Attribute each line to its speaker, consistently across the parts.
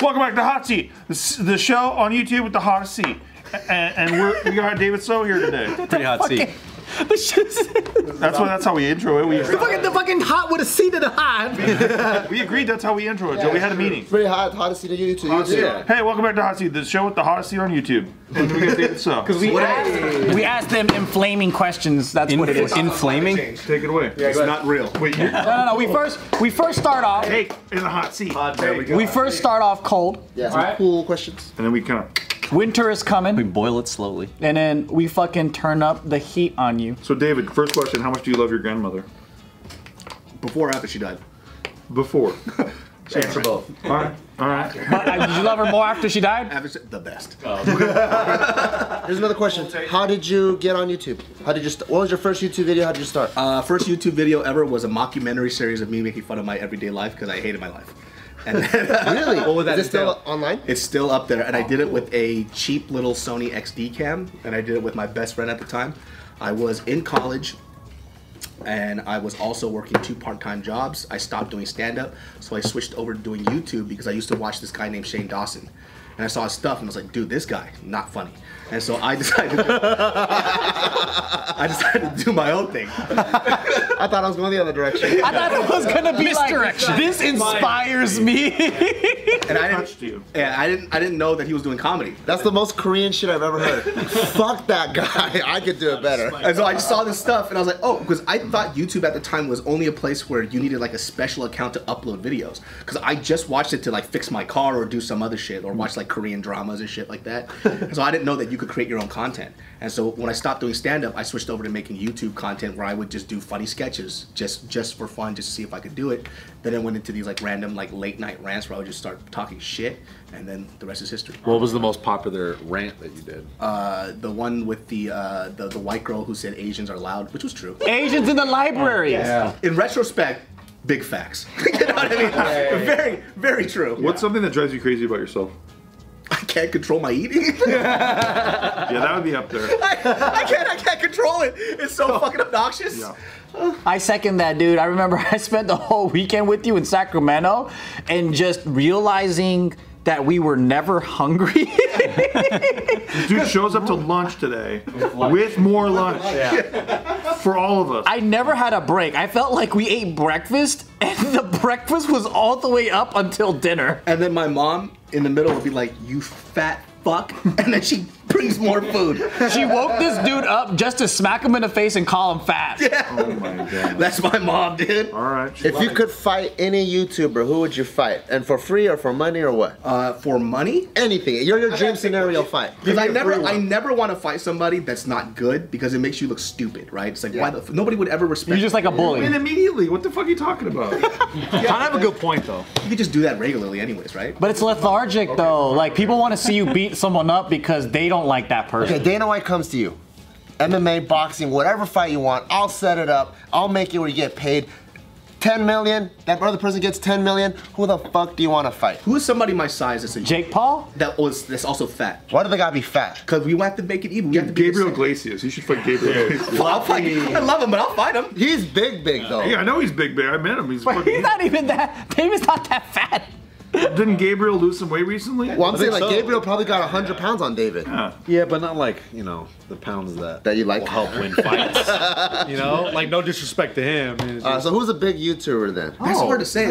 Speaker 1: Welcome back to Hot Seat, the s- the show on YouTube with the hottest seat. A- And, and we're, we got David So here today.
Speaker 2: Pretty hot seat.
Speaker 3: The shit's-
Speaker 1: That's why. That's how we intro it. We,
Speaker 3: fucking, the fucking hot with a seat in the hot.
Speaker 1: we agreed that's how we intro it. so we had a meeting.
Speaker 4: Pretty hot, hottest seat on YouTube.
Speaker 2: Yeah.
Speaker 1: Hey, welcome back to Hot Seat, the show with the hottest seat on YouTube. And we got David So.
Speaker 3: We asked, we asked them inflaming questions. That's what it is.
Speaker 2: Inflaming?
Speaker 1: Take it away.
Speaker 5: it's not real. Wait, you
Speaker 3: No, no, no. We first we first start off.
Speaker 1: Take in the hot seat.
Speaker 3: We first start off cold.
Speaker 4: Yeah, some cool questions.
Speaker 1: And then we kind of.
Speaker 3: Winter is
Speaker 2: We
Speaker 3: coming,
Speaker 2: boil it slowly.
Speaker 3: and then we fucking turn up the heat on you.
Speaker 1: So, David, first question: How much do you love your grandmother?
Speaker 5: before or after she died?
Speaker 1: Before.
Speaker 5: Answer both.
Speaker 1: All right. All right.
Speaker 3: But uh, did you love her more after she died?
Speaker 5: After she- the best.
Speaker 4: Here's another question. How did you get on YouTube? How did you? St- what was your first YouTube video? How did you start?
Speaker 5: Uh, first YouTube video ever was a mockumentary series of me making fun of my everyday life because I hated my life. And then,
Speaker 4: really?
Speaker 5: What would that
Speaker 4: Is it still
Speaker 5: entail?
Speaker 4: online? Oh,
Speaker 5: It's still up there, and I did it with a cheap little Sony XD cam, and I did it with my best friend at the time. I was in college, and I was also working two part-time jobs. I stopped doing stand-up, so I switched over to doing YouTube because I used to watch this guy named Shane Dawson, and I saw his stuff, and I was like, dude, this guy not funny. And so I decided, to, I decided to do my own thing.
Speaker 4: I thought I was going the other direction.
Speaker 3: I thought it was gonna be
Speaker 2: Misdirection.
Speaker 3: like this inspires me.
Speaker 5: and I
Speaker 1: touched
Speaker 5: didn't,
Speaker 1: you.
Speaker 5: Yeah, I didn't. I didn't know that he was doing comedy.
Speaker 4: That's the most Korean shit I've ever heard. Fuck that guy. I could do it better.
Speaker 5: And so I just saw this stuff, and I was like, oh, because I thought YouTube at the time was only a place where you needed like a special account to upload videos. Because I just watched it to like fix my car or do some other shit, or watch like Korean dramas and shit like that. so I didn't know that you could create your own content. And so when I stopped doing stand up, I switched over to making YouTube content where I would just do funny sketches, just just for fun, just to see if I could do it. Then I went into these like random like late night rants where I would just start talking shit, and then the rest is history.
Speaker 6: What was the most popular rant that you did?
Speaker 5: the one with the, uh, the the white girl who said Asians are loud, which was true.
Speaker 3: Asians in the library.
Speaker 5: In retrospect, big facts. you know what I mean? Very, very true.
Speaker 1: What's something that drives you crazy about yourself?
Speaker 5: I can't control my eating.
Speaker 1: Yeah, that would be up there.
Speaker 5: I, I can't. I can't control it. It's so fucking obnoxious.
Speaker 1: Yeah.
Speaker 3: I second that, dude. I remember I spent the whole weekend with you in Sacramento and just realizing that we were never hungry.
Speaker 1: This dude shows up to lunch today with more lunch for all of us.
Speaker 3: I never had a break. I felt like we ate breakfast and the breakfast was all the way up until dinner.
Speaker 5: And then my mom in the middle would be like, "You fat fuck," and then she brings more food.
Speaker 3: She woke this dude up just to smack him in the face and call him fat.
Speaker 1: oh my god.
Speaker 5: That's my mom, dude.
Speaker 1: All right.
Speaker 4: If you could fight any YouTuber, who would you fight? And for free or for money or what?
Speaker 5: Uh, for money.
Speaker 4: Anything. Your your dream scenario fight.
Speaker 5: Because I never, I never want to fight somebody that's not good because it makes you look stupid, right? It's like why the f- nobody would ever respect.
Speaker 3: You're just like a
Speaker 1: And
Speaker 3: bully.
Speaker 1: immediately, what the fuck are you talking about?
Speaker 2: I have a good point though.
Speaker 5: you could just do that regularly, anyways, right?
Speaker 3: But it's lethargic though. Like people want to see you beat someone up because they don't like that person.
Speaker 4: Okay, Dana White comes to you. MMA, boxing, whatever fight you want, I'll set it up. I'll make it where you get paid 10 million. That other person gets 10 million. Who the fuck do you want to fight?
Speaker 5: Who is somebody my size that's a
Speaker 3: Jake Paul?
Speaker 5: that was that's also fat?
Speaker 4: Why do they gotta be fat?
Speaker 5: Because we have to make it even. We have to be the
Speaker 1: Gabriel
Speaker 5: same.
Speaker 1: Glacius. You should fight Gabriel Glacius.
Speaker 5: Well, I'll fight. I love him, but I'll fight him.
Speaker 4: He's big, big though.
Speaker 1: Yeah, I know he's big bear. I met him. He's
Speaker 3: Wait,
Speaker 1: fucking.
Speaker 3: he's not even that. David's not that fat.
Speaker 1: Didn't Gabriel lose some weight recently?
Speaker 4: Well, I'm saying like
Speaker 6: so.
Speaker 4: Gabriel probably got 100 pounds on David.
Speaker 6: Yeah, but not like you know the pounds that
Speaker 4: That you like.
Speaker 6: will help win fights. you know, like no disrespect to him. it's
Speaker 4: Uh,
Speaker 6: just-
Speaker 4: so who's a big YouTuber then? Oh.
Speaker 5: That's hard to say.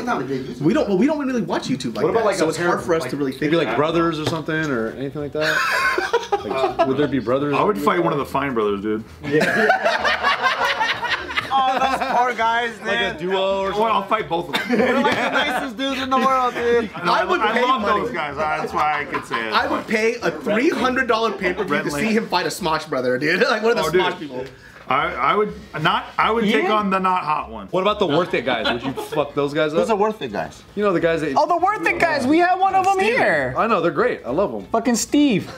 Speaker 5: We don't. Well, we don't really watch YouTube like that. so it's hard for us to really think.
Speaker 6: maybe like brothers or something or anything like that. Like, would there be brothers?
Speaker 1: I would fight one of the Fine Brothers, dude.
Speaker 3: Oh, Poor guys,
Speaker 6: like a duo or
Speaker 1: Well, I'll fight both of them.
Speaker 3: They're like the nicest dudes in the world, dude.
Speaker 1: And I,
Speaker 5: I would
Speaker 1: I
Speaker 5: pay
Speaker 1: love
Speaker 5: money.
Speaker 1: those guys. That's why I could say it.
Speaker 5: I would pay a three hundred dollar pay per view
Speaker 1: Red
Speaker 5: to
Speaker 1: Lane.
Speaker 5: see him fight a Smosh brother, dude. Like one of the
Speaker 1: Oh, dude.
Speaker 5: Smosh people.
Speaker 1: I, I would not. I would take
Speaker 3: Yeah.
Speaker 1: on the not hot one.
Speaker 6: What about the worth it guys? Would you fuck those guys
Speaker 4: Who's
Speaker 6: up?
Speaker 4: the worth it, guys?
Speaker 6: you know the guys that.
Speaker 3: Oh, the worth it guys. We have one of them here.
Speaker 6: I know they're great. I love them.
Speaker 3: Fucking Steve.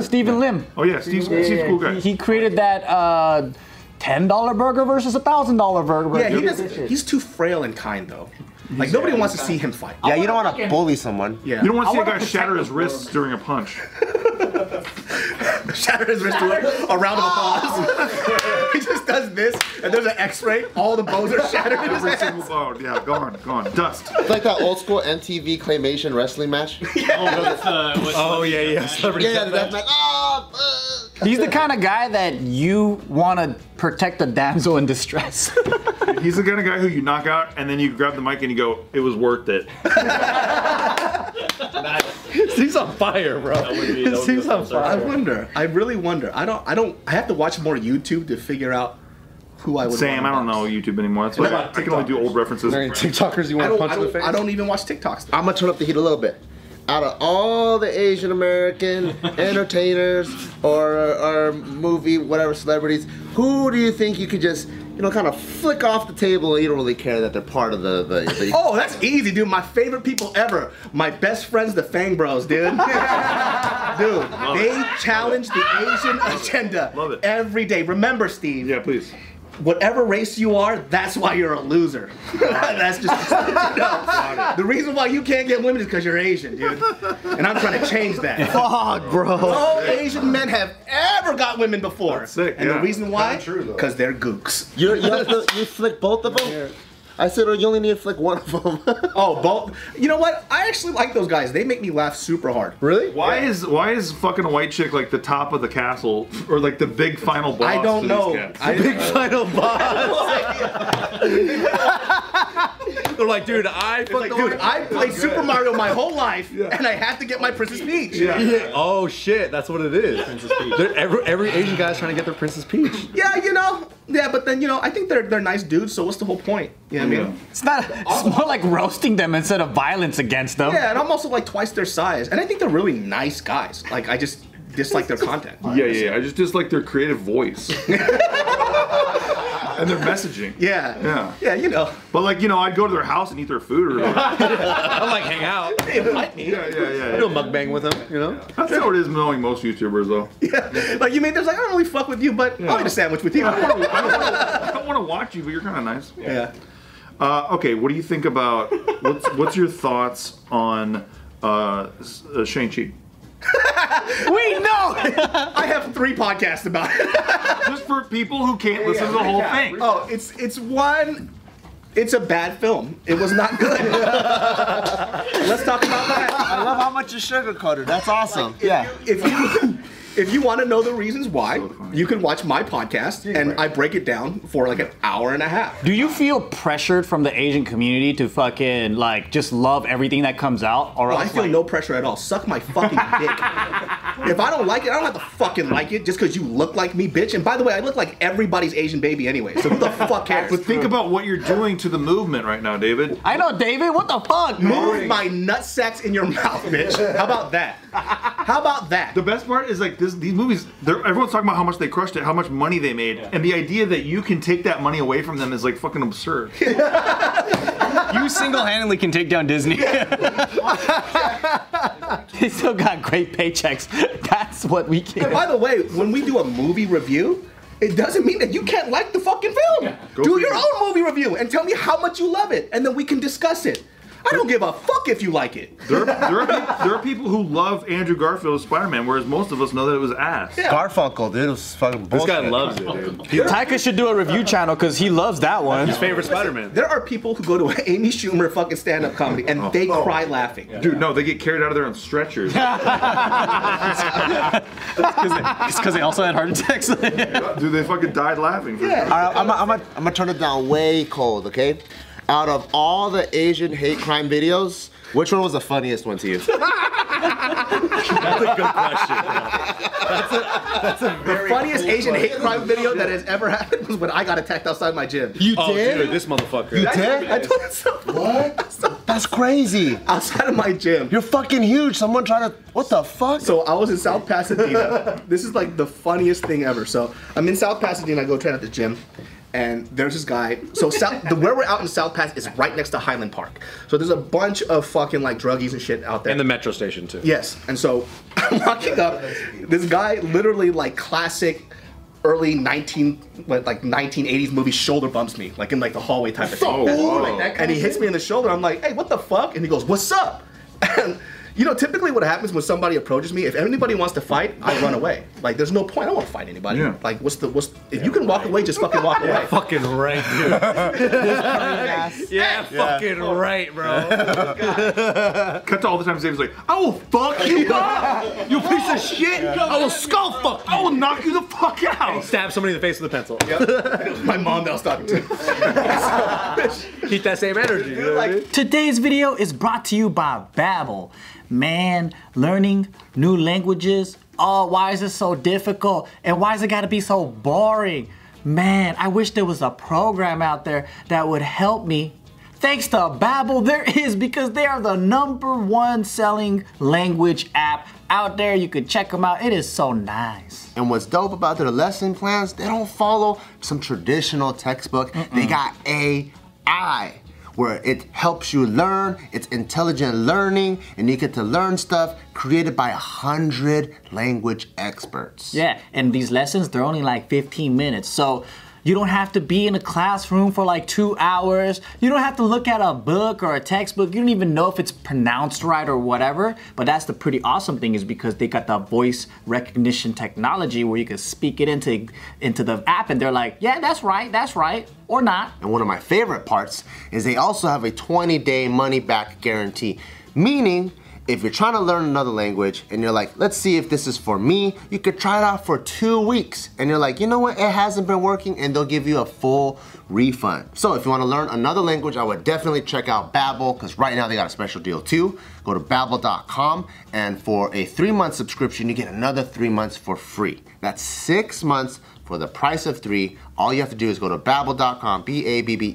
Speaker 3: Steven Lim.
Speaker 1: Oh yeah, Steve's, Steve's a cool guy.
Speaker 3: He created that uh, $10 burger versus a $1,000 burger.
Speaker 5: Yeah, he doesn't. He's too frail and kind though. Like nobody wants to see him fight.
Speaker 4: Yeah, you don't want to bully someone.
Speaker 5: Yeah.
Speaker 1: You don't want to see a
Speaker 3: wanna
Speaker 1: guy
Speaker 3: protect
Speaker 1: shatter his wrists during a punch.
Speaker 5: Shatter his wrist away. A round of applause. he just does this, and there's an X-ray. All the bones are shattered. In his
Speaker 1: Every
Speaker 5: hand.
Speaker 1: single bone. Yeah, gone, gone. Dust.
Speaker 4: It's like that old school MTV claymation wrestling match.
Speaker 2: oh yeah, yeah. Celebrity
Speaker 4: yeah, the death match. Oh, fuck.
Speaker 3: He's the kind of guy that you want to protect a damsel in distress.
Speaker 1: He's the kind of guy who you knock out and then you grab the mic and you go, it was worth it.
Speaker 2: He's on fire, bro.
Speaker 6: Seems on
Speaker 5: I wonder. I really wonder. I don't. I don't. I have to watch more YouTube to figure out who I would.
Speaker 1: Sam, I don't
Speaker 5: wanna
Speaker 1: know
Speaker 5: watch.
Speaker 1: YouTube anymore. That's why I, I can only do old references.
Speaker 6: TikTokers you
Speaker 5: I
Speaker 6: want
Speaker 5: don't,
Speaker 6: to punch
Speaker 5: I,
Speaker 6: in the
Speaker 5: don't,
Speaker 6: face?
Speaker 5: I don't even watch TikToks.
Speaker 4: I'm gonna turn up the heat a little bit. Out of all the Asian American entertainers or, or movie, whatever celebrities, who do you think you could just, you know, kind of flick off the table and you don't really care that they're part of the. the, the
Speaker 5: Oh, that's easy, dude. My favorite people ever. My best friends, the Fang Bros, dude. dude, they challenge the Asian agenda
Speaker 1: Love it.
Speaker 5: every day. Remember, Steve,
Speaker 1: Yeah, please.
Speaker 5: whatever race you are, that's why you're a loser. that's just no. the reason why you can't get women is because you're Asian, dude. And I'm trying to change that.
Speaker 4: Fuck, bro.
Speaker 5: No Asian men have ever got women before.
Speaker 1: That's sick,
Speaker 5: and the
Speaker 1: yeah.
Speaker 5: reason why?
Speaker 6: Kinda true, though.
Speaker 5: Because they're gooks.
Speaker 4: You, you, have to- you flick both of them? I said, oh, you only need to flick one of them.
Speaker 5: Oh, both. You know what? I actually like those guys. They make me laugh super hard.
Speaker 6: Really?
Speaker 1: Why is why is fucking a white chick like the top of the castle or like the big final boss?
Speaker 5: I
Speaker 1: to
Speaker 5: don't
Speaker 1: these
Speaker 5: know.
Speaker 1: cats?
Speaker 5: I,
Speaker 2: Final boss. They're like, dude, I fucked
Speaker 5: like,
Speaker 2: the
Speaker 5: dude,
Speaker 2: one-
Speaker 5: I played Super Mario my whole life, and I have to get my Princess Peach.
Speaker 1: Yeah.
Speaker 2: Oh shit, that's what it is. Princess Peach. Every, every Asian guy's trying to get their Princess Peach.
Speaker 5: Yeah, you know. Yeah, but then you know, I think they're they're nice dudes. So what's the whole point? You know what I mean?
Speaker 3: It's not. It's more like roasting them instead of violence against them.
Speaker 5: Yeah, and I'm also like twice their size, and I think they're really nice guys. Like I just dislike their content.
Speaker 1: Yeah, yeah, yeah. I just dislike their creative voice. and their messaging.
Speaker 5: Yeah.
Speaker 1: Yeah.
Speaker 5: Yeah, you know.
Speaker 1: But like, you know, I'd go to their house and eat their food or Yeah,
Speaker 2: I'm like, hang out.
Speaker 5: They invite me.
Speaker 1: yeah, yeah.
Speaker 2: Do a
Speaker 1: yeah.
Speaker 2: mukbang with him, you know?
Speaker 1: That's how it is knowing most YouTubers though.
Speaker 5: Like you mean there's like I don't really fuck with you, but I'll eat a sandwich with you. yeah.
Speaker 1: I don't want to watch you, but you're kind of nice. Uh, okay, what do you think about what's what's your thoughts on uh, S- uh, Shane Chi?
Speaker 3: We know.
Speaker 5: I have three podcasts about it.
Speaker 1: Just for people who can't listen to the whole thing.
Speaker 5: Oh, it's it's one. It's a bad film. It was not good. Let's talk about that.
Speaker 4: I love how much you sugarcoated. That's awesome. yeah.
Speaker 5: If you if you want to know the reasons why, you can watch my podcast, and I break it down for like an hour and a half.
Speaker 3: Do you feel pressured from the Asian community to fucking like just love everything that comes out, or
Speaker 5: Oh, I
Speaker 3: else,
Speaker 5: feel
Speaker 3: like,
Speaker 5: no pressure at all. Suck my fucking dick. if I don't like it, I don't have to fucking like it just because you look like me, bitch. And by the way, I look like everybody's Asian baby anyway. So who the fuck cares?
Speaker 1: But think about what you're doing to the movement right now, David.
Speaker 3: I know, David. What the fuck?
Speaker 5: Move my nut sacks in your mouth, bitch. How about that? How about that?
Speaker 1: The best part is like this, these movies. They're, everyone's talking about how much they crushed it, how much money they made, and the idea that you can take that money away from them is like fucking absurd.
Speaker 2: You single-handedly can take down Disney.
Speaker 3: He still got great paychecks. That's what we
Speaker 5: And
Speaker 3: can.
Speaker 5: by the way, when we do a movie review, it doesn't mean that you can't like the fucking film.
Speaker 1: Go
Speaker 5: do
Speaker 1: for
Speaker 5: your
Speaker 1: it.
Speaker 5: own movie review and tell me how much you love it, and then we can discuss it. I don't give a fuck if you like it.
Speaker 1: There, there, are, peop- there are people who love Andrew Garfield's Spider-Man, whereas most of us know that it was ass.
Speaker 4: Garfunkel, dude, it was fucking
Speaker 2: This
Speaker 4: bullshit.
Speaker 2: guy loves it, dude.
Speaker 3: Taika should do a review channel because he loves that one.
Speaker 2: His favorite Spider-Man.
Speaker 5: There are people who go to an Amy Schumer fucking stand-up comedy and they
Speaker 1: Oh.
Speaker 5: cry laughing.
Speaker 1: Dude, no, they get carried out of there on stretchers.
Speaker 2: It's because they also had heart attacks.
Speaker 1: Dude, they fucking died laughing. For
Speaker 5: Yeah.
Speaker 4: All right, I'm gonna I'm I'm turn it down way cold, okay? Out of all the Asian hate crime videos, which one was the funniest one to you?
Speaker 2: That's a good question.
Speaker 5: The funniest Asian hate crime video that has ever happened was when I got attacked outside my gym.
Speaker 4: You
Speaker 2: Oh,
Speaker 4: did?
Speaker 2: dude, this motherfucker.
Speaker 4: You
Speaker 5: I
Speaker 4: did?
Speaker 5: told someone
Speaker 4: What? That's crazy.
Speaker 5: outside of my gym.
Speaker 4: You're fucking huge. Someone trying to. What the fuck?
Speaker 5: So I was in South Pasadena. this is like the funniest thing ever. So I'm in South Pasadena. I go train at the gym, and there's this guy. So South, the, where we're out in South Pas is right next to Highland Park. So there's a bunch of fucking like druggies and shit out there.
Speaker 2: And the metro station too.
Speaker 5: Yes. And so I'm walking up. This guy literally like classic early 19 what, like 1980s movie shoulder bumps me like in like the hallway type of thing.
Speaker 1: Oh, wow.
Speaker 5: and he hits me in the shoulder. I'm like, "Hey, what the fuck?" And he goes, "What's up?" And You know, typically what happens when somebody approaches me, if anybody wants to fight, I run away. Like, there's no point. I don't want to fight anybody.
Speaker 1: Yeah.
Speaker 5: Like, what's the what's? If you can walk away, just fucking walk away.
Speaker 7: Fucking right, dude. yeah, fucking right, bro.
Speaker 1: Cut to all the times Dave's like, I will fuck you up, you piece of shit. I will skull fuck. I will knock you the fuck out.
Speaker 7: Stab somebody in the face with a pencil.
Speaker 5: My mom that I was talking to.
Speaker 7: Keep that same energy. You know what I mean?
Speaker 3: Today's video is brought to you by Babbel. Man, learning new languages. Oh, why is it so difficult? And why is it gotta be so boring? Man, I wish there was a program out there that would help me. Thanks to Babbel, there is because they are the number one selling language app out there. You can check them out. It is so nice.
Speaker 4: And what's dope about their lesson plans, they don't follow some traditional textbook. They got AI, where it helps you learn, it's intelligent learning, and you get to learn stuff created by a hundred language experts.
Speaker 3: Yeah, and these lessons, they're only like 15 minutes. So you don't have to be in a classroom for like two hours. You don't have to look at a book or a textbook. You don't even know if it's pronounced right or whatever. But that's the pretty awesome thing is because they got the voice recognition technology where you can speak it into, into the app and they're like, yeah, that's right, that's right, or not.
Speaker 4: And one of my favorite parts is they also have a 20 day money back guarantee, meaning if you're trying to learn another language and you're like, let's see if this is for me, you could try it out for two weeks. And you're like, you know what, it hasn't been working, and they'll give you a full refund. So if you want to learn another language, I would definitely check out Babbel, because right now they got a special deal too. Go to babbel.com and for a three-month subscription, you get another three months for free. That's six months for the price of three. All you have to do is go to babbel.com, E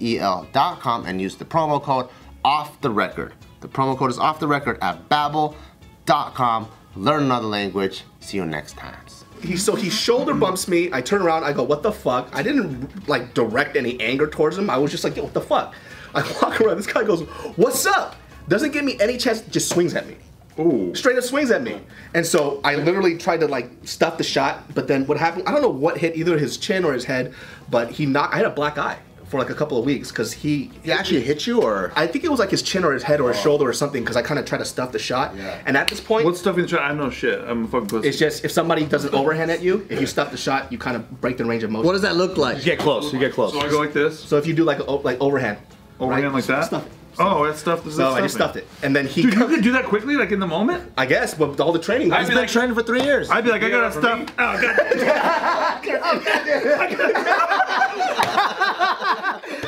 Speaker 4: B-A-B-B-E-L.com, and use the promo code off the record. The promo code is off the record at babbel.com. Learn another language. See you next time.
Speaker 5: he so he shoulder bumps me. I turn around. I go, "What the fuck?" I didn't like direct any anger towards him. I was just like, "Yo, what the fuck?" I walk around. This guy goes, "What's up?" Doesn't give me any chance. Just swings at me. Ooh. Straight up swings at me. And so I literally tried to like stuff the shot, but then what happened? I don't know what hit either his chin or his head, but he knocked. I had a black eye for like a couple of weeks because he
Speaker 4: He actually hit you, or
Speaker 5: I think it was like his chin or his head or his shoulder or something because I kind of tried to stuff the shot. And at this point,
Speaker 1: What's stuff in the chat? I know shit. I'm a fucking pussy.
Speaker 5: It's just if somebody does an overhand at you, if you stuff the shot, you kind of break the range of motion.
Speaker 3: What does that look like?
Speaker 7: You get close. You get close.
Speaker 1: so I go like this,
Speaker 5: So if you do like a, o- like overhand,
Speaker 1: overhand like that.
Speaker 5: stuff it.
Speaker 1: Oh, that stuff. This
Speaker 5: so
Speaker 1: is
Speaker 5: I just
Speaker 1: stuffing.
Speaker 5: stuffed it, and then he.
Speaker 1: Dude, you could do that quickly, like in the moment.
Speaker 5: I guess, but with all the training,
Speaker 1: I'd be like,
Speaker 3: training for three years.
Speaker 1: I'd be like, I gotta stuff. Oh, God.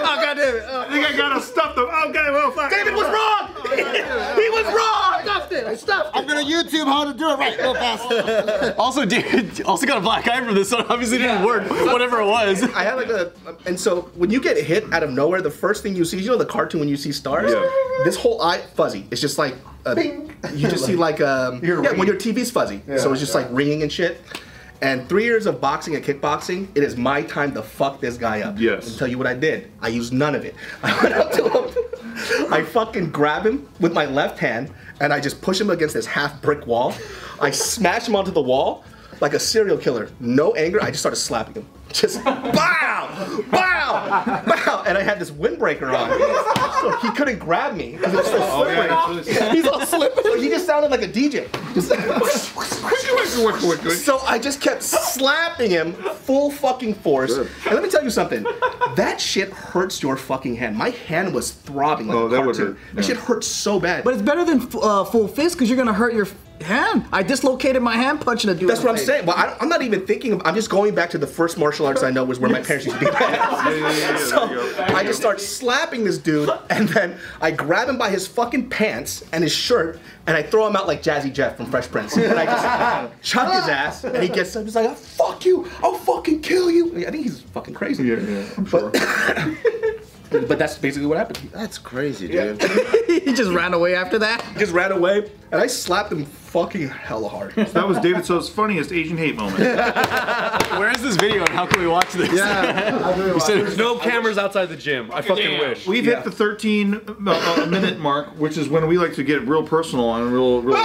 Speaker 5: oh god damn it!
Speaker 1: I think I gotta stuff them. Oh, God, well, fuck. Oh,
Speaker 5: David was wrong. he was wrong.
Speaker 4: stuffed it. I stuffed I'm gonna YouTube how to do it right real fast.
Speaker 3: Also, dude, also got a black eye from this, so it obviously didn't work, whatever it was.
Speaker 5: I had like a, and so when you get hit out of nowhere, the first thing you see, you know, the cartoon when you see stars,
Speaker 1: Yeah.
Speaker 5: this whole eye fuzzy. It's just like a, you just see like um yeah when your TV's fuzzy, so it's just like ringing and shit. And three years of boxing and kickboxing, it is my time to fuck this guy up.
Speaker 1: Yes.
Speaker 5: And tell you what I did. I used none of it. I went up to him. I fucking grab him with my left hand and I just push him against this half brick wall. I smash him onto the wall like a serial killer. No anger. I just started slapping him. Just bow, bow, bow. And I had this windbreaker on. So he couldn't grab me. 'cause it was so
Speaker 1: Oh, yeah,
Speaker 5: slippery.
Speaker 1: it's really-
Speaker 5: He's all slipping. So he just sounded like a DJ. Just so I just kept slapping him full fucking force. And let me tell you something. That shit hurts your fucking hand. My hand was throbbing like
Speaker 1: Oh,
Speaker 5: a
Speaker 1: that
Speaker 5: cartoon.
Speaker 1: would
Speaker 5: That,
Speaker 1: hurt. Yeah.
Speaker 5: shit hurts so bad.
Speaker 3: But it's better than f- uh, full fist because you're gonna hurt your f- hand. I dislocated my hand punching a dude.
Speaker 5: that's
Speaker 3: in the
Speaker 5: what I'm
Speaker 3: face.
Speaker 5: saying. Well, I, I'm not even thinking. Of, I'm just going back to the first martial arts I know was where my parents used to beat my ass.
Speaker 1: yeah, yeah,
Speaker 5: so
Speaker 1: there you go. There
Speaker 5: I
Speaker 1: you
Speaker 5: just
Speaker 1: go.
Speaker 5: start slapping this dude, and then I grab him by his fucking pants and his shirt, and I throw him out like Jazzy Jeff from Fresh Prince. And I just chuck his ass, and he gets up. He's like, "I'll "Fuck you! I'll fucking kill you!" I think he's fucking crazy.
Speaker 1: Yeah, yeah, I'm sure.
Speaker 5: But that's basically what happened.
Speaker 4: That's crazy, dude.
Speaker 3: He just ran away after that.
Speaker 5: He just ran away, and I slapped him fucking hella hard.
Speaker 1: that was David So's funniest Asian hate moment.
Speaker 3: Where is this video and how can we watch this?
Speaker 7: There's no cameras outside the gym. I fucking wish.
Speaker 1: We've hit the 13 uh, uh, minute mark, which is when we like to get real personal and real. real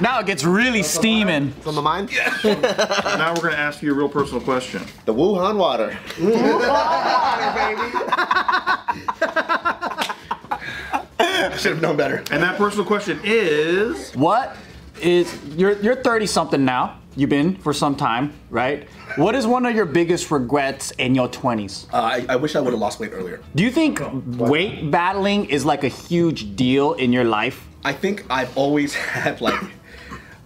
Speaker 3: Now it gets really steaming.
Speaker 4: It's on the mind.
Speaker 1: now we're gonna ask you a real personal question.
Speaker 4: The Wuhan water.
Speaker 5: should have known better.
Speaker 1: And that personal question is
Speaker 8: What is you're you're 30 something now. You've been for some time, right? What is one of your biggest regrets in your 20s?
Speaker 5: Uh, I, I wish I would have lost weight earlier.
Speaker 8: Do you think weight battling is like a huge deal in your life?
Speaker 5: I think I've always had like.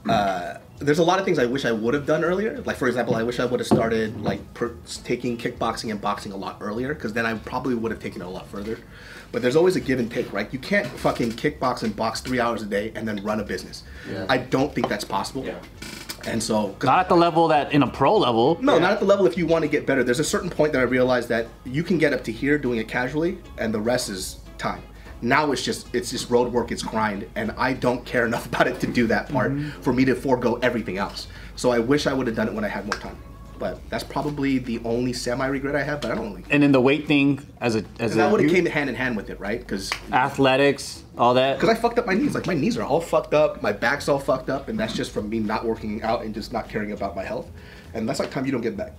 Speaker 5: Uh, there's a lot of things I wish I would have done earlier. Like for example, I wish I would have started like per- taking kickboxing and boxing a lot earlier, because then I probably would have taken it a lot further. But there's always a give and take, right? You can't fucking kickbox and box three hours a day and then run a business. I don't think that's possible. And so, 'cause-
Speaker 8: Not at the level that in a pro level.
Speaker 5: no, not at the level. If you want to get better, there's a certain point that I realized that you can get up to here doing it casually, and the rest is time. Now it's just it's just road work, it's grind, and I don't care enough about it to do that part for me to forego everything else. So I wish I would have done it when I had more time. But that's probably the only semi regret I have. But I don't really.
Speaker 8: And in the weight thing as a as
Speaker 5: That would
Speaker 8: a
Speaker 5: have came hand in hand with it, right? Because
Speaker 3: Ah.
Speaker 8: athletics, all that.
Speaker 5: because I fucked up my knees. Like my knees are all fucked up, my back's all fucked up, and that's just from me not working out and just not caring about my health. And that's like time you don't get back.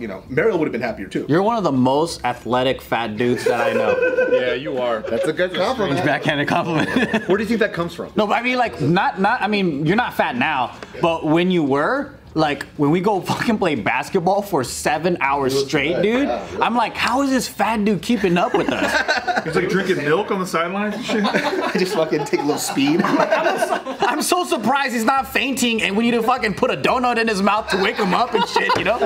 Speaker 5: You know, Mariel would have been happier too.
Speaker 8: You're one of the most athletic fat dudes that I know.
Speaker 7: Yeah, you are.
Speaker 4: That's a good compliment.
Speaker 8: Backhanded compliment.
Speaker 2: Where do you think that comes from?
Speaker 8: no, but I mean like not not I mean you're not fat now, but when you were like when we go fucking play basketball for seven hours straight, dude. I'm like, how is this fat dude keeping up with us?
Speaker 1: it's like drinking milk on the sidelines and shit.
Speaker 5: I just fucking take a little speed.
Speaker 8: I'm so surprised he's not fainting, and we need to fucking put a donut in his mouth to wake him up and shit. You know,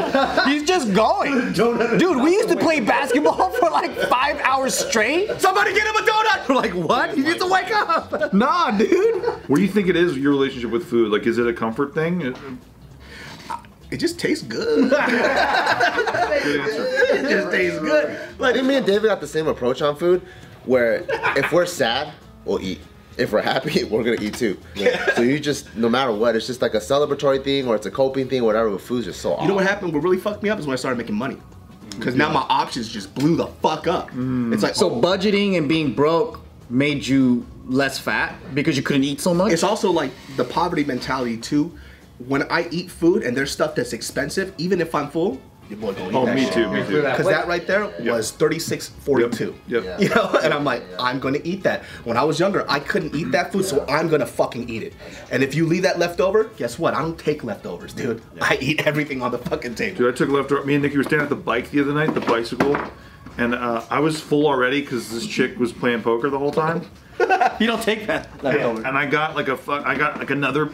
Speaker 8: he's just going. Dude, we used to play basketball for like five hours straight.
Speaker 5: Somebody get him a donut! We're like, what? He needs to wake up!
Speaker 8: Nah, dude.
Speaker 1: What do you think it is your relationship with food? Like, is it a comfort thing? It-
Speaker 5: It just tastes good.
Speaker 1: Good answer.
Speaker 5: it just tastes good.
Speaker 4: I think me and David got the same approach on food, where if we're sad, we'll eat. If we're happy, we're gonna eat too. So you just, no matter what, it's just like a celebratory thing or it's a coping thing, whatever. But food's just so off.
Speaker 5: You know what happened? What really fucked me up is when I started making money. Because now my options just blew the fuck up.
Speaker 2: Mm.
Speaker 5: It's like,
Speaker 8: So
Speaker 5: oh,
Speaker 8: budgeting and being broke made you less fat because you couldn't eat so much.
Speaker 5: it's also like the poverty mentality too. When I eat food and there's stuff that's expensive, even if I'm full, your boy gonna eat
Speaker 1: Oh,
Speaker 5: that
Speaker 1: me
Speaker 5: shit.
Speaker 1: too, me too.
Speaker 5: Because that right there was thirty six forty two.
Speaker 1: Yep. Yep.
Speaker 5: You know, and I'm like, I'm gonna eat that. When I was younger, I couldn't eat that food, so I'm gonna fucking eat it. And if you leave that leftover, guess what? I don't take leftovers, dude. I eat everything on the fucking table.
Speaker 1: Dude, I took a left. Me and Nikki were standing at the bike the other night, the bicycle, and uh, I was full already because this chick was playing poker the whole time.
Speaker 8: you don't take that.
Speaker 1: and, and I got like a fu- I got like another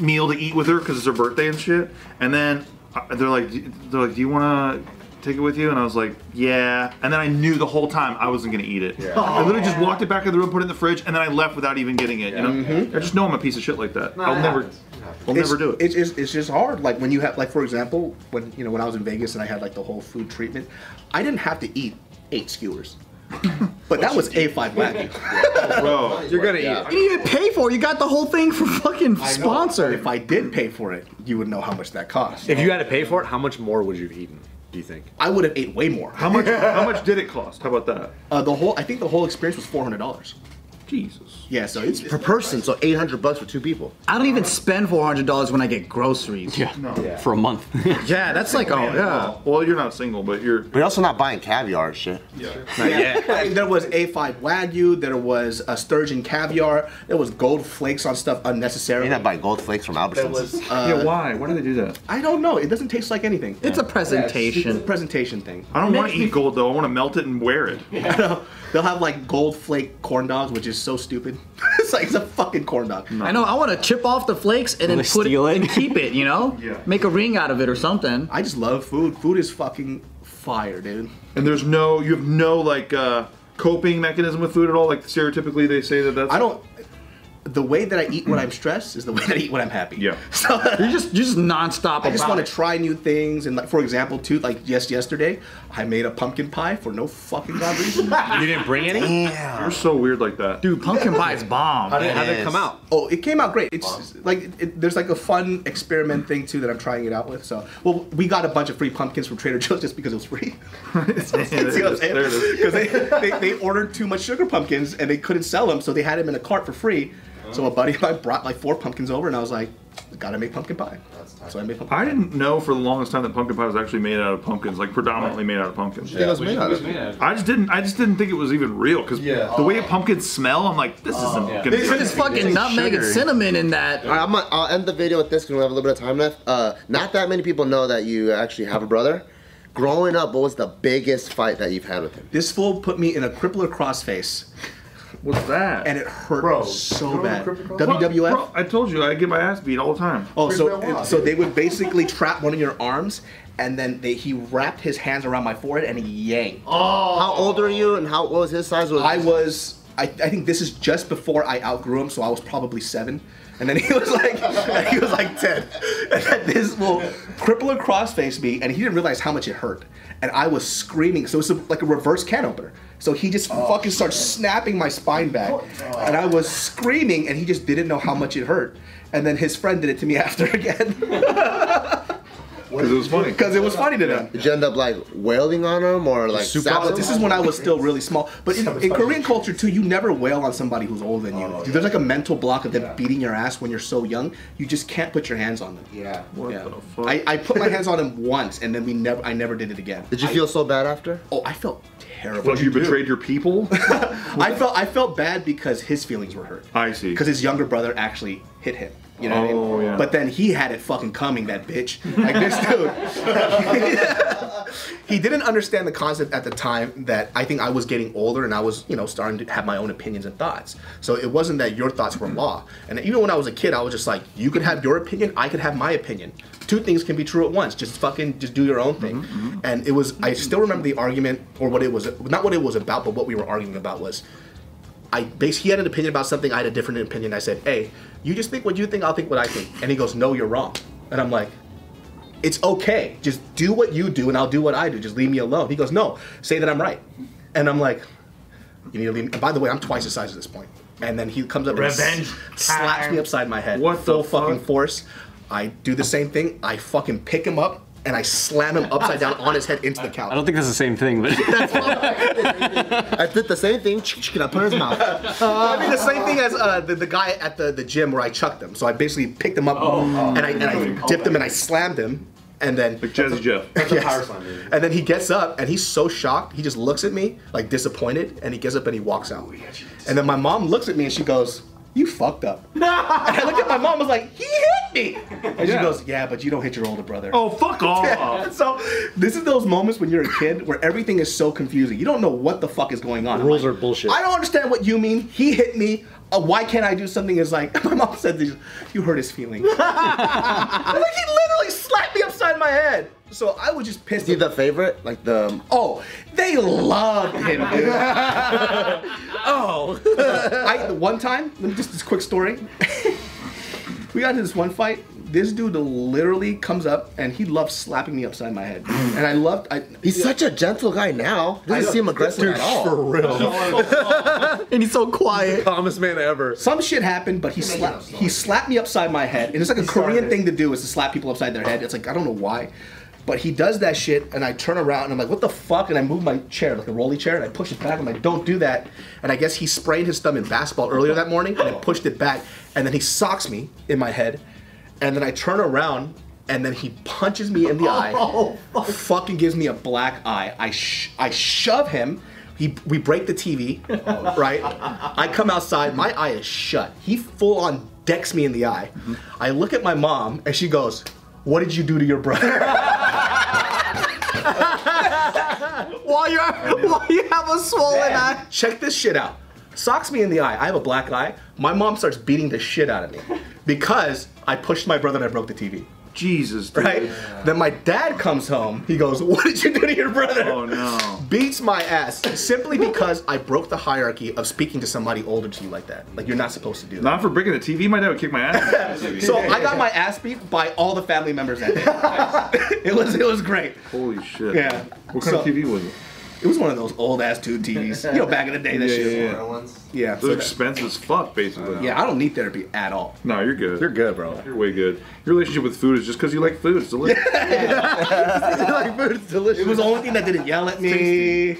Speaker 1: meal to eat with her because it's her birthday and shit. And then uh, they're like, "Do- they're like, do you want to take it with you? And I was like, yeah. And then I knew the whole time I wasn't gonna eat it. I literally just walked it back in the room, put it in the fridge, and then I left without even getting it. You know, I just know I'm a piece of shit like that. I'll never, I'll never do it.
Speaker 5: Mm-hmm. It's, it's, it's just hard. Like when you have, like for example, when you know when I was in Vegas and I had like the whole food treatment, I didn't have to eat eight skewers, but that was A5 wagyu.
Speaker 1: Bro,
Speaker 2: You're gonna
Speaker 8: You didn't even pay for it. You got the whole thing for fucking sponsor.
Speaker 5: If I did pay for it, you would know how much that cost.
Speaker 6: If you had to pay for it, how much more would you have eaten? Do you think?
Speaker 5: I would have ate way more.
Speaker 1: how much? How much did it cost? How about that?
Speaker 5: Uh, the whole, I think the whole experience was four hundred dollars.
Speaker 1: Jesus.
Speaker 5: Yeah, so it's,
Speaker 4: Per person, so 800 bucks for two people.
Speaker 3: I don't even spend $400 when I get groceries. Yeah,
Speaker 8: For a month.
Speaker 3: yeah that's like, oh, yeah.
Speaker 1: Well, you're not single, but you're.
Speaker 4: But you're also not buying caviar and shit.
Speaker 5: yeah. I mean, there was A5 Wagyu, there was a sturgeon caviar, there was gold flakes on stuff unnecessarily.
Speaker 4: You're not buying gold flakes from Albertsons.
Speaker 1: yeah. Why? Why do they do that?
Speaker 5: I don't know. It doesn't taste like anything.
Speaker 3: It's a presentation.
Speaker 5: It's a presentation thing.
Speaker 1: I don't want to eat gold though. I want to melt it and wear it.
Speaker 5: They'll have like gold flake corn dogs, which is so stupid. it's like it's a fucking corn dog.
Speaker 3: I know. I want to chip off the flakes and then
Speaker 8: Wanna
Speaker 3: put it
Speaker 8: steal it?
Speaker 3: and keep it. You know,
Speaker 1: Yeah.
Speaker 3: make a ring out of it or something.
Speaker 5: I just love food. Food is fucking fire, dude.
Speaker 1: And there's no, you have no like uh, coping mechanism with food at all. Like stereotypically, they say that that's.
Speaker 5: I don't. The way that I eat when I'm stressed is the way that I eat when I'm happy.
Speaker 1: Yeah.
Speaker 5: So
Speaker 3: You're just you're just nonstop.
Speaker 5: I just
Speaker 3: about
Speaker 5: want
Speaker 3: it.
Speaker 5: to try new things, and like for example, too, like just yesterday, I made a pumpkin pie for no fucking god reason.
Speaker 7: You didn't bring any?
Speaker 1: You're so weird like that.
Speaker 3: Dude, pumpkin pie is bomb.
Speaker 6: How did, how did it come out?
Speaker 5: oh, it came out great. It's like it, it- there's like a fun experiment thing too that I'm trying it out with. So, well, we got a bunch of free pumpkins from Trader Joe's just because it was free. See what I'm saying?
Speaker 1: There it is.
Speaker 5: Because they, they, they ordered too much sugar pumpkins and they couldn't sell them, so they had them in a cart for free. So a buddy of mine brought like four pumpkins over, and I was like, Gotta make pumpkin pie. So I made pumpkin
Speaker 1: I didn't know for the longest time that pumpkin pie was actually made out of pumpkins, like predominantly made out of pumpkins.
Speaker 2: It was made out of.
Speaker 1: I just didn't. I just didn't think it was even real because the way pumpkins smell, I'm like, this
Speaker 5: Oh,
Speaker 1: isn't gonna.
Speaker 3: They put this fucking nutmeg and cinnamon in that.
Speaker 4: All right, I'm gonna, I'll end the video with this because we have a little bit of time left. Uh, not that many people know that you actually have a brother. Growing up, what was the biggest fight that you've had with him?
Speaker 5: This fool put me in a crippler crossface,
Speaker 1: What's that?
Speaker 5: and it hurt
Speaker 1: Bro,
Speaker 5: so bad.
Speaker 1: What?
Speaker 5: WWF.
Speaker 1: Bro, I told you, I get my ass beat all the time.
Speaker 5: Oh, so so they would basically trap one of your arms, and then they, he wrapped his hands around my forehead and he yanked.
Speaker 4: How old are you and how what was his size? Was
Speaker 5: I was. I, I think this is just before I outgrew him, so I was probably seven, and then he was like, and he was like ten, and then this will crippler crossface me, and he didn't realize how much it hurt, and I was screaming. So it's a, like a reverse can opener. So he just fucking starts snapping my spine back, and I was screaming, and he just didn't know how much it hurt, and then his friend did it to me after again,
Speaker 1: Because it was funny.
Speaker 5: because Oh, it was funny to them.
Speaker 4: Did you end up like wailing on him or like
Speaker 5: But
Speaker 4: slapping
Speaker 5: this
Speaker 4: him?
Speaker 5: is when I was still really small. But in, in Korean culture too, you never wail on somebody who's older than you.
Speaker 1: Oh,
Speaker 5: There's like a mental block of them beating your ass when you're so young. You just can't put your hands on them.
Speaker 4: Yeah.
Speaker 1: What
Speaker 5: Yeah.
Speaker 1: the fuck?
Speaker 5: I, I put my hands on him once, and then we never. I never did it again.
Speaker 4: Did you feel so bad after?
Speaker 5: Oh, I felt terrible.
Speaker 1: What, you betrayed your people?
Speaker 5: I felt I felt bad because his feelings were hurt.
Speaker 1: I see.
Speaker 5: Because his younger brother actually hit him. You know what I
Speaker 1: Oh,
Speaker 5: mean?
Speaker 1: yeah.
Speaker 5: But then he had it fucking coming, that bitch. Like this dude. he didn't understand the concept at the time that I think I was getting older and I was, you know, starting to have my own opinions and thoughts. So it wasn't that your thoughts were law. And even when I was a kid, I was just like, you could have your opinion, I could have my opinion. Two things can be true at once. Just fucking just do your own thing.
Speaker 1: Mm-hmm,
Speaker 5: And it was I still remember the argument or what it was not what it was about, but what we were arguing about was I bas he had an opinion about something. I had a different opinion. I said, "Hey, you just think what you think. I'll think what I think." And he goes, "No, you're wrong." And I'm like, "It's okay. Just do what you do, and I'll do what I do. Just leave me alone." He goes, "No, say that I'm right." And I'm like, "You need to leave." Me. And by the way, I'm twice the size at this point. And then he comes up and
Speaker 3: Revenge
Speaker 5: s- slaps me upside my head.
Speaker 1: What the
Speaker 5: full fucking
Speaker 1: fuck?
Speaker 5: force? I do the same thing. I fucking pick him up and I slam him upside down on his head into the couch.
Speaker 7: I don't think that's the same thing, but
Speaker 4: I did the same thing. And I put in his mouth.
Speaker 5: I mean, the same thing as uh, the, the guy at the, the gym where I chucked them. So I basically picked them up and I, and I dipped them and I slammed him. And then,
Speaker 1: like Jazzy Jeff.
Speaker 5: Yes. and then he gets up and he's so shocked. He just looks at me like disappointed, and he gets up and he walks out. And then my mom looks at me and she goes, "You fucked up." and I looked at my mom, was like, "He hit me," and she
Speaker 1: Yeah.
Speaker 5: goes, "Yeah, but you don't hit your older brother."
Speaker 1: Oh, fuck off.
Speaker 5: And so this is those moments when you're a kid where everything is so confusing. You don't know what the fuck is going on. I'm
Speaker 6: Rules
Speaker 5: like,
Speaker 6: are bullshit.
Speaker 5: I don't understand what you mean. He hit me. Uh, why can't I do something? Is like my mom said, this, you hurt his feelings. like he literally slapped me upside my head. So I was just
Speaker 4: Is
Speaker 5: pissed.
Speaker 4: he the favorite? Like the
Speaker 5: Oh, they loved him, dude. oh.
Speaker 4: Oh.
Speaker 5: I, the one time, let me just this quick story. we got into this one fight. This dude literally comes up and he loves slapping me upside my head. and I loved I
Speaker 4: He's such a gentle guy now. Doesn't seem aggressive at all.
Speaker 3: And he's so quiet.
Speaker 6: calmest man ever.
Speaker 5: some shit happened, but he slapped he slapped me upside my head. And it's like a Korean thing to do is to slap people upside their head. It's like I don't know why. But he does that shit and I turn around and I'm like, what the fuck? And I move my chair, like a rolly chair, and I push it back. I'm like, don't do that. And I guess he sprained his thumb in basketball earlier that morning and I pushed it back. And then he socks me in my head. And then I turn around and then he punches me in the eye. fucking gives me a black eye. I sh- I shove him. He, we break the TV, right? I come outside, my eye is shut. He full on decks me in the eye. I look at my mom and she goes, "What did you do to your brother?"
Speaker 3: While you're, while you have a swollen eye.
Speaker 5: Check this shit out. Socks me in the eye. I have a black eye. My mom starts beating the shit out of me because I pushed my brother and I broke the TV.
Speaker 1: Jesus, dude.
Speaker 5: Right? Then my dad comes home. He goes, "What did you do to your brother?"
Speaker 1: Oh, no.
Speaker 5: beats my ass simply because I broke the hierarchy of speaking to somebody older to you like that. Like you're not supposed to do that.
Speaker 1: Not for breaking the TV, my dad would kick my ass.
Speaker 5: So I got my ass beat by all the family members that day. it was it was great.
Speaker 1: Holy shit.
Speaker 5: Yeah.
Speaker 1: What kind of
Speaker 5: So-
Speaker 1: TV was it?
Speaker 5: It was one of those old ass tube TVs. You know, back in the day, that
Speaker 1: Yeah,
Speaker 5: shit.
Speaker 1: yeah,
Speaker 5: was-
Speaker 1: yeah.
Speaker 5: Yeah.
Speaker 1: It was
Speaker 5: So that-
Speaker 1: expensive as fuck, basically.
Speaker 5: yeah, I don't need therapy at all.
Speaker 1: No, you're good.
Speaker 2: You're good, bro.
Speaker 1: You're way good. Your relationship with food is just because you like food. It's delicious.
Speaker 4: like food is delicious.
Speaker 5: It was the only thing that didn't yell at me.